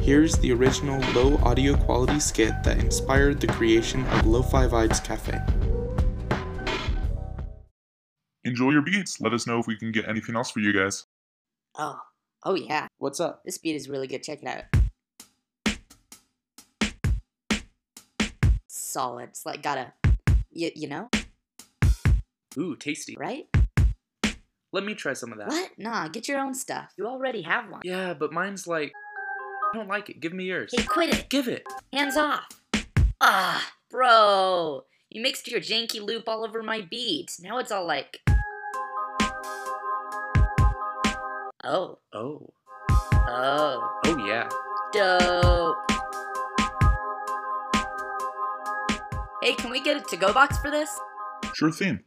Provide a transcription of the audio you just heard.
Here's the original low audio quality skit that inspired the creation of Lo-Fi Vibes Cafe. Enjoy your beats. Let us know if we can get anything else for you guys. Oh, oh yeah. What's up? This beat is really good. Check it out. Solid. It's like gotta, you, you know, Ooh, tasty. right? Let me try some of that. What? Nah, get your own stuff. You already have one. Yeah, but mine's like, I don't like it. Give me yours. Hey, quit it. Give it. Hands off. Ah, bro. You mixed your janky loop all over my beat. Now it's all like. Oh, Oh. oh. Oh yeah. Dope. Hey, can we get a to go box for this? Sure thing.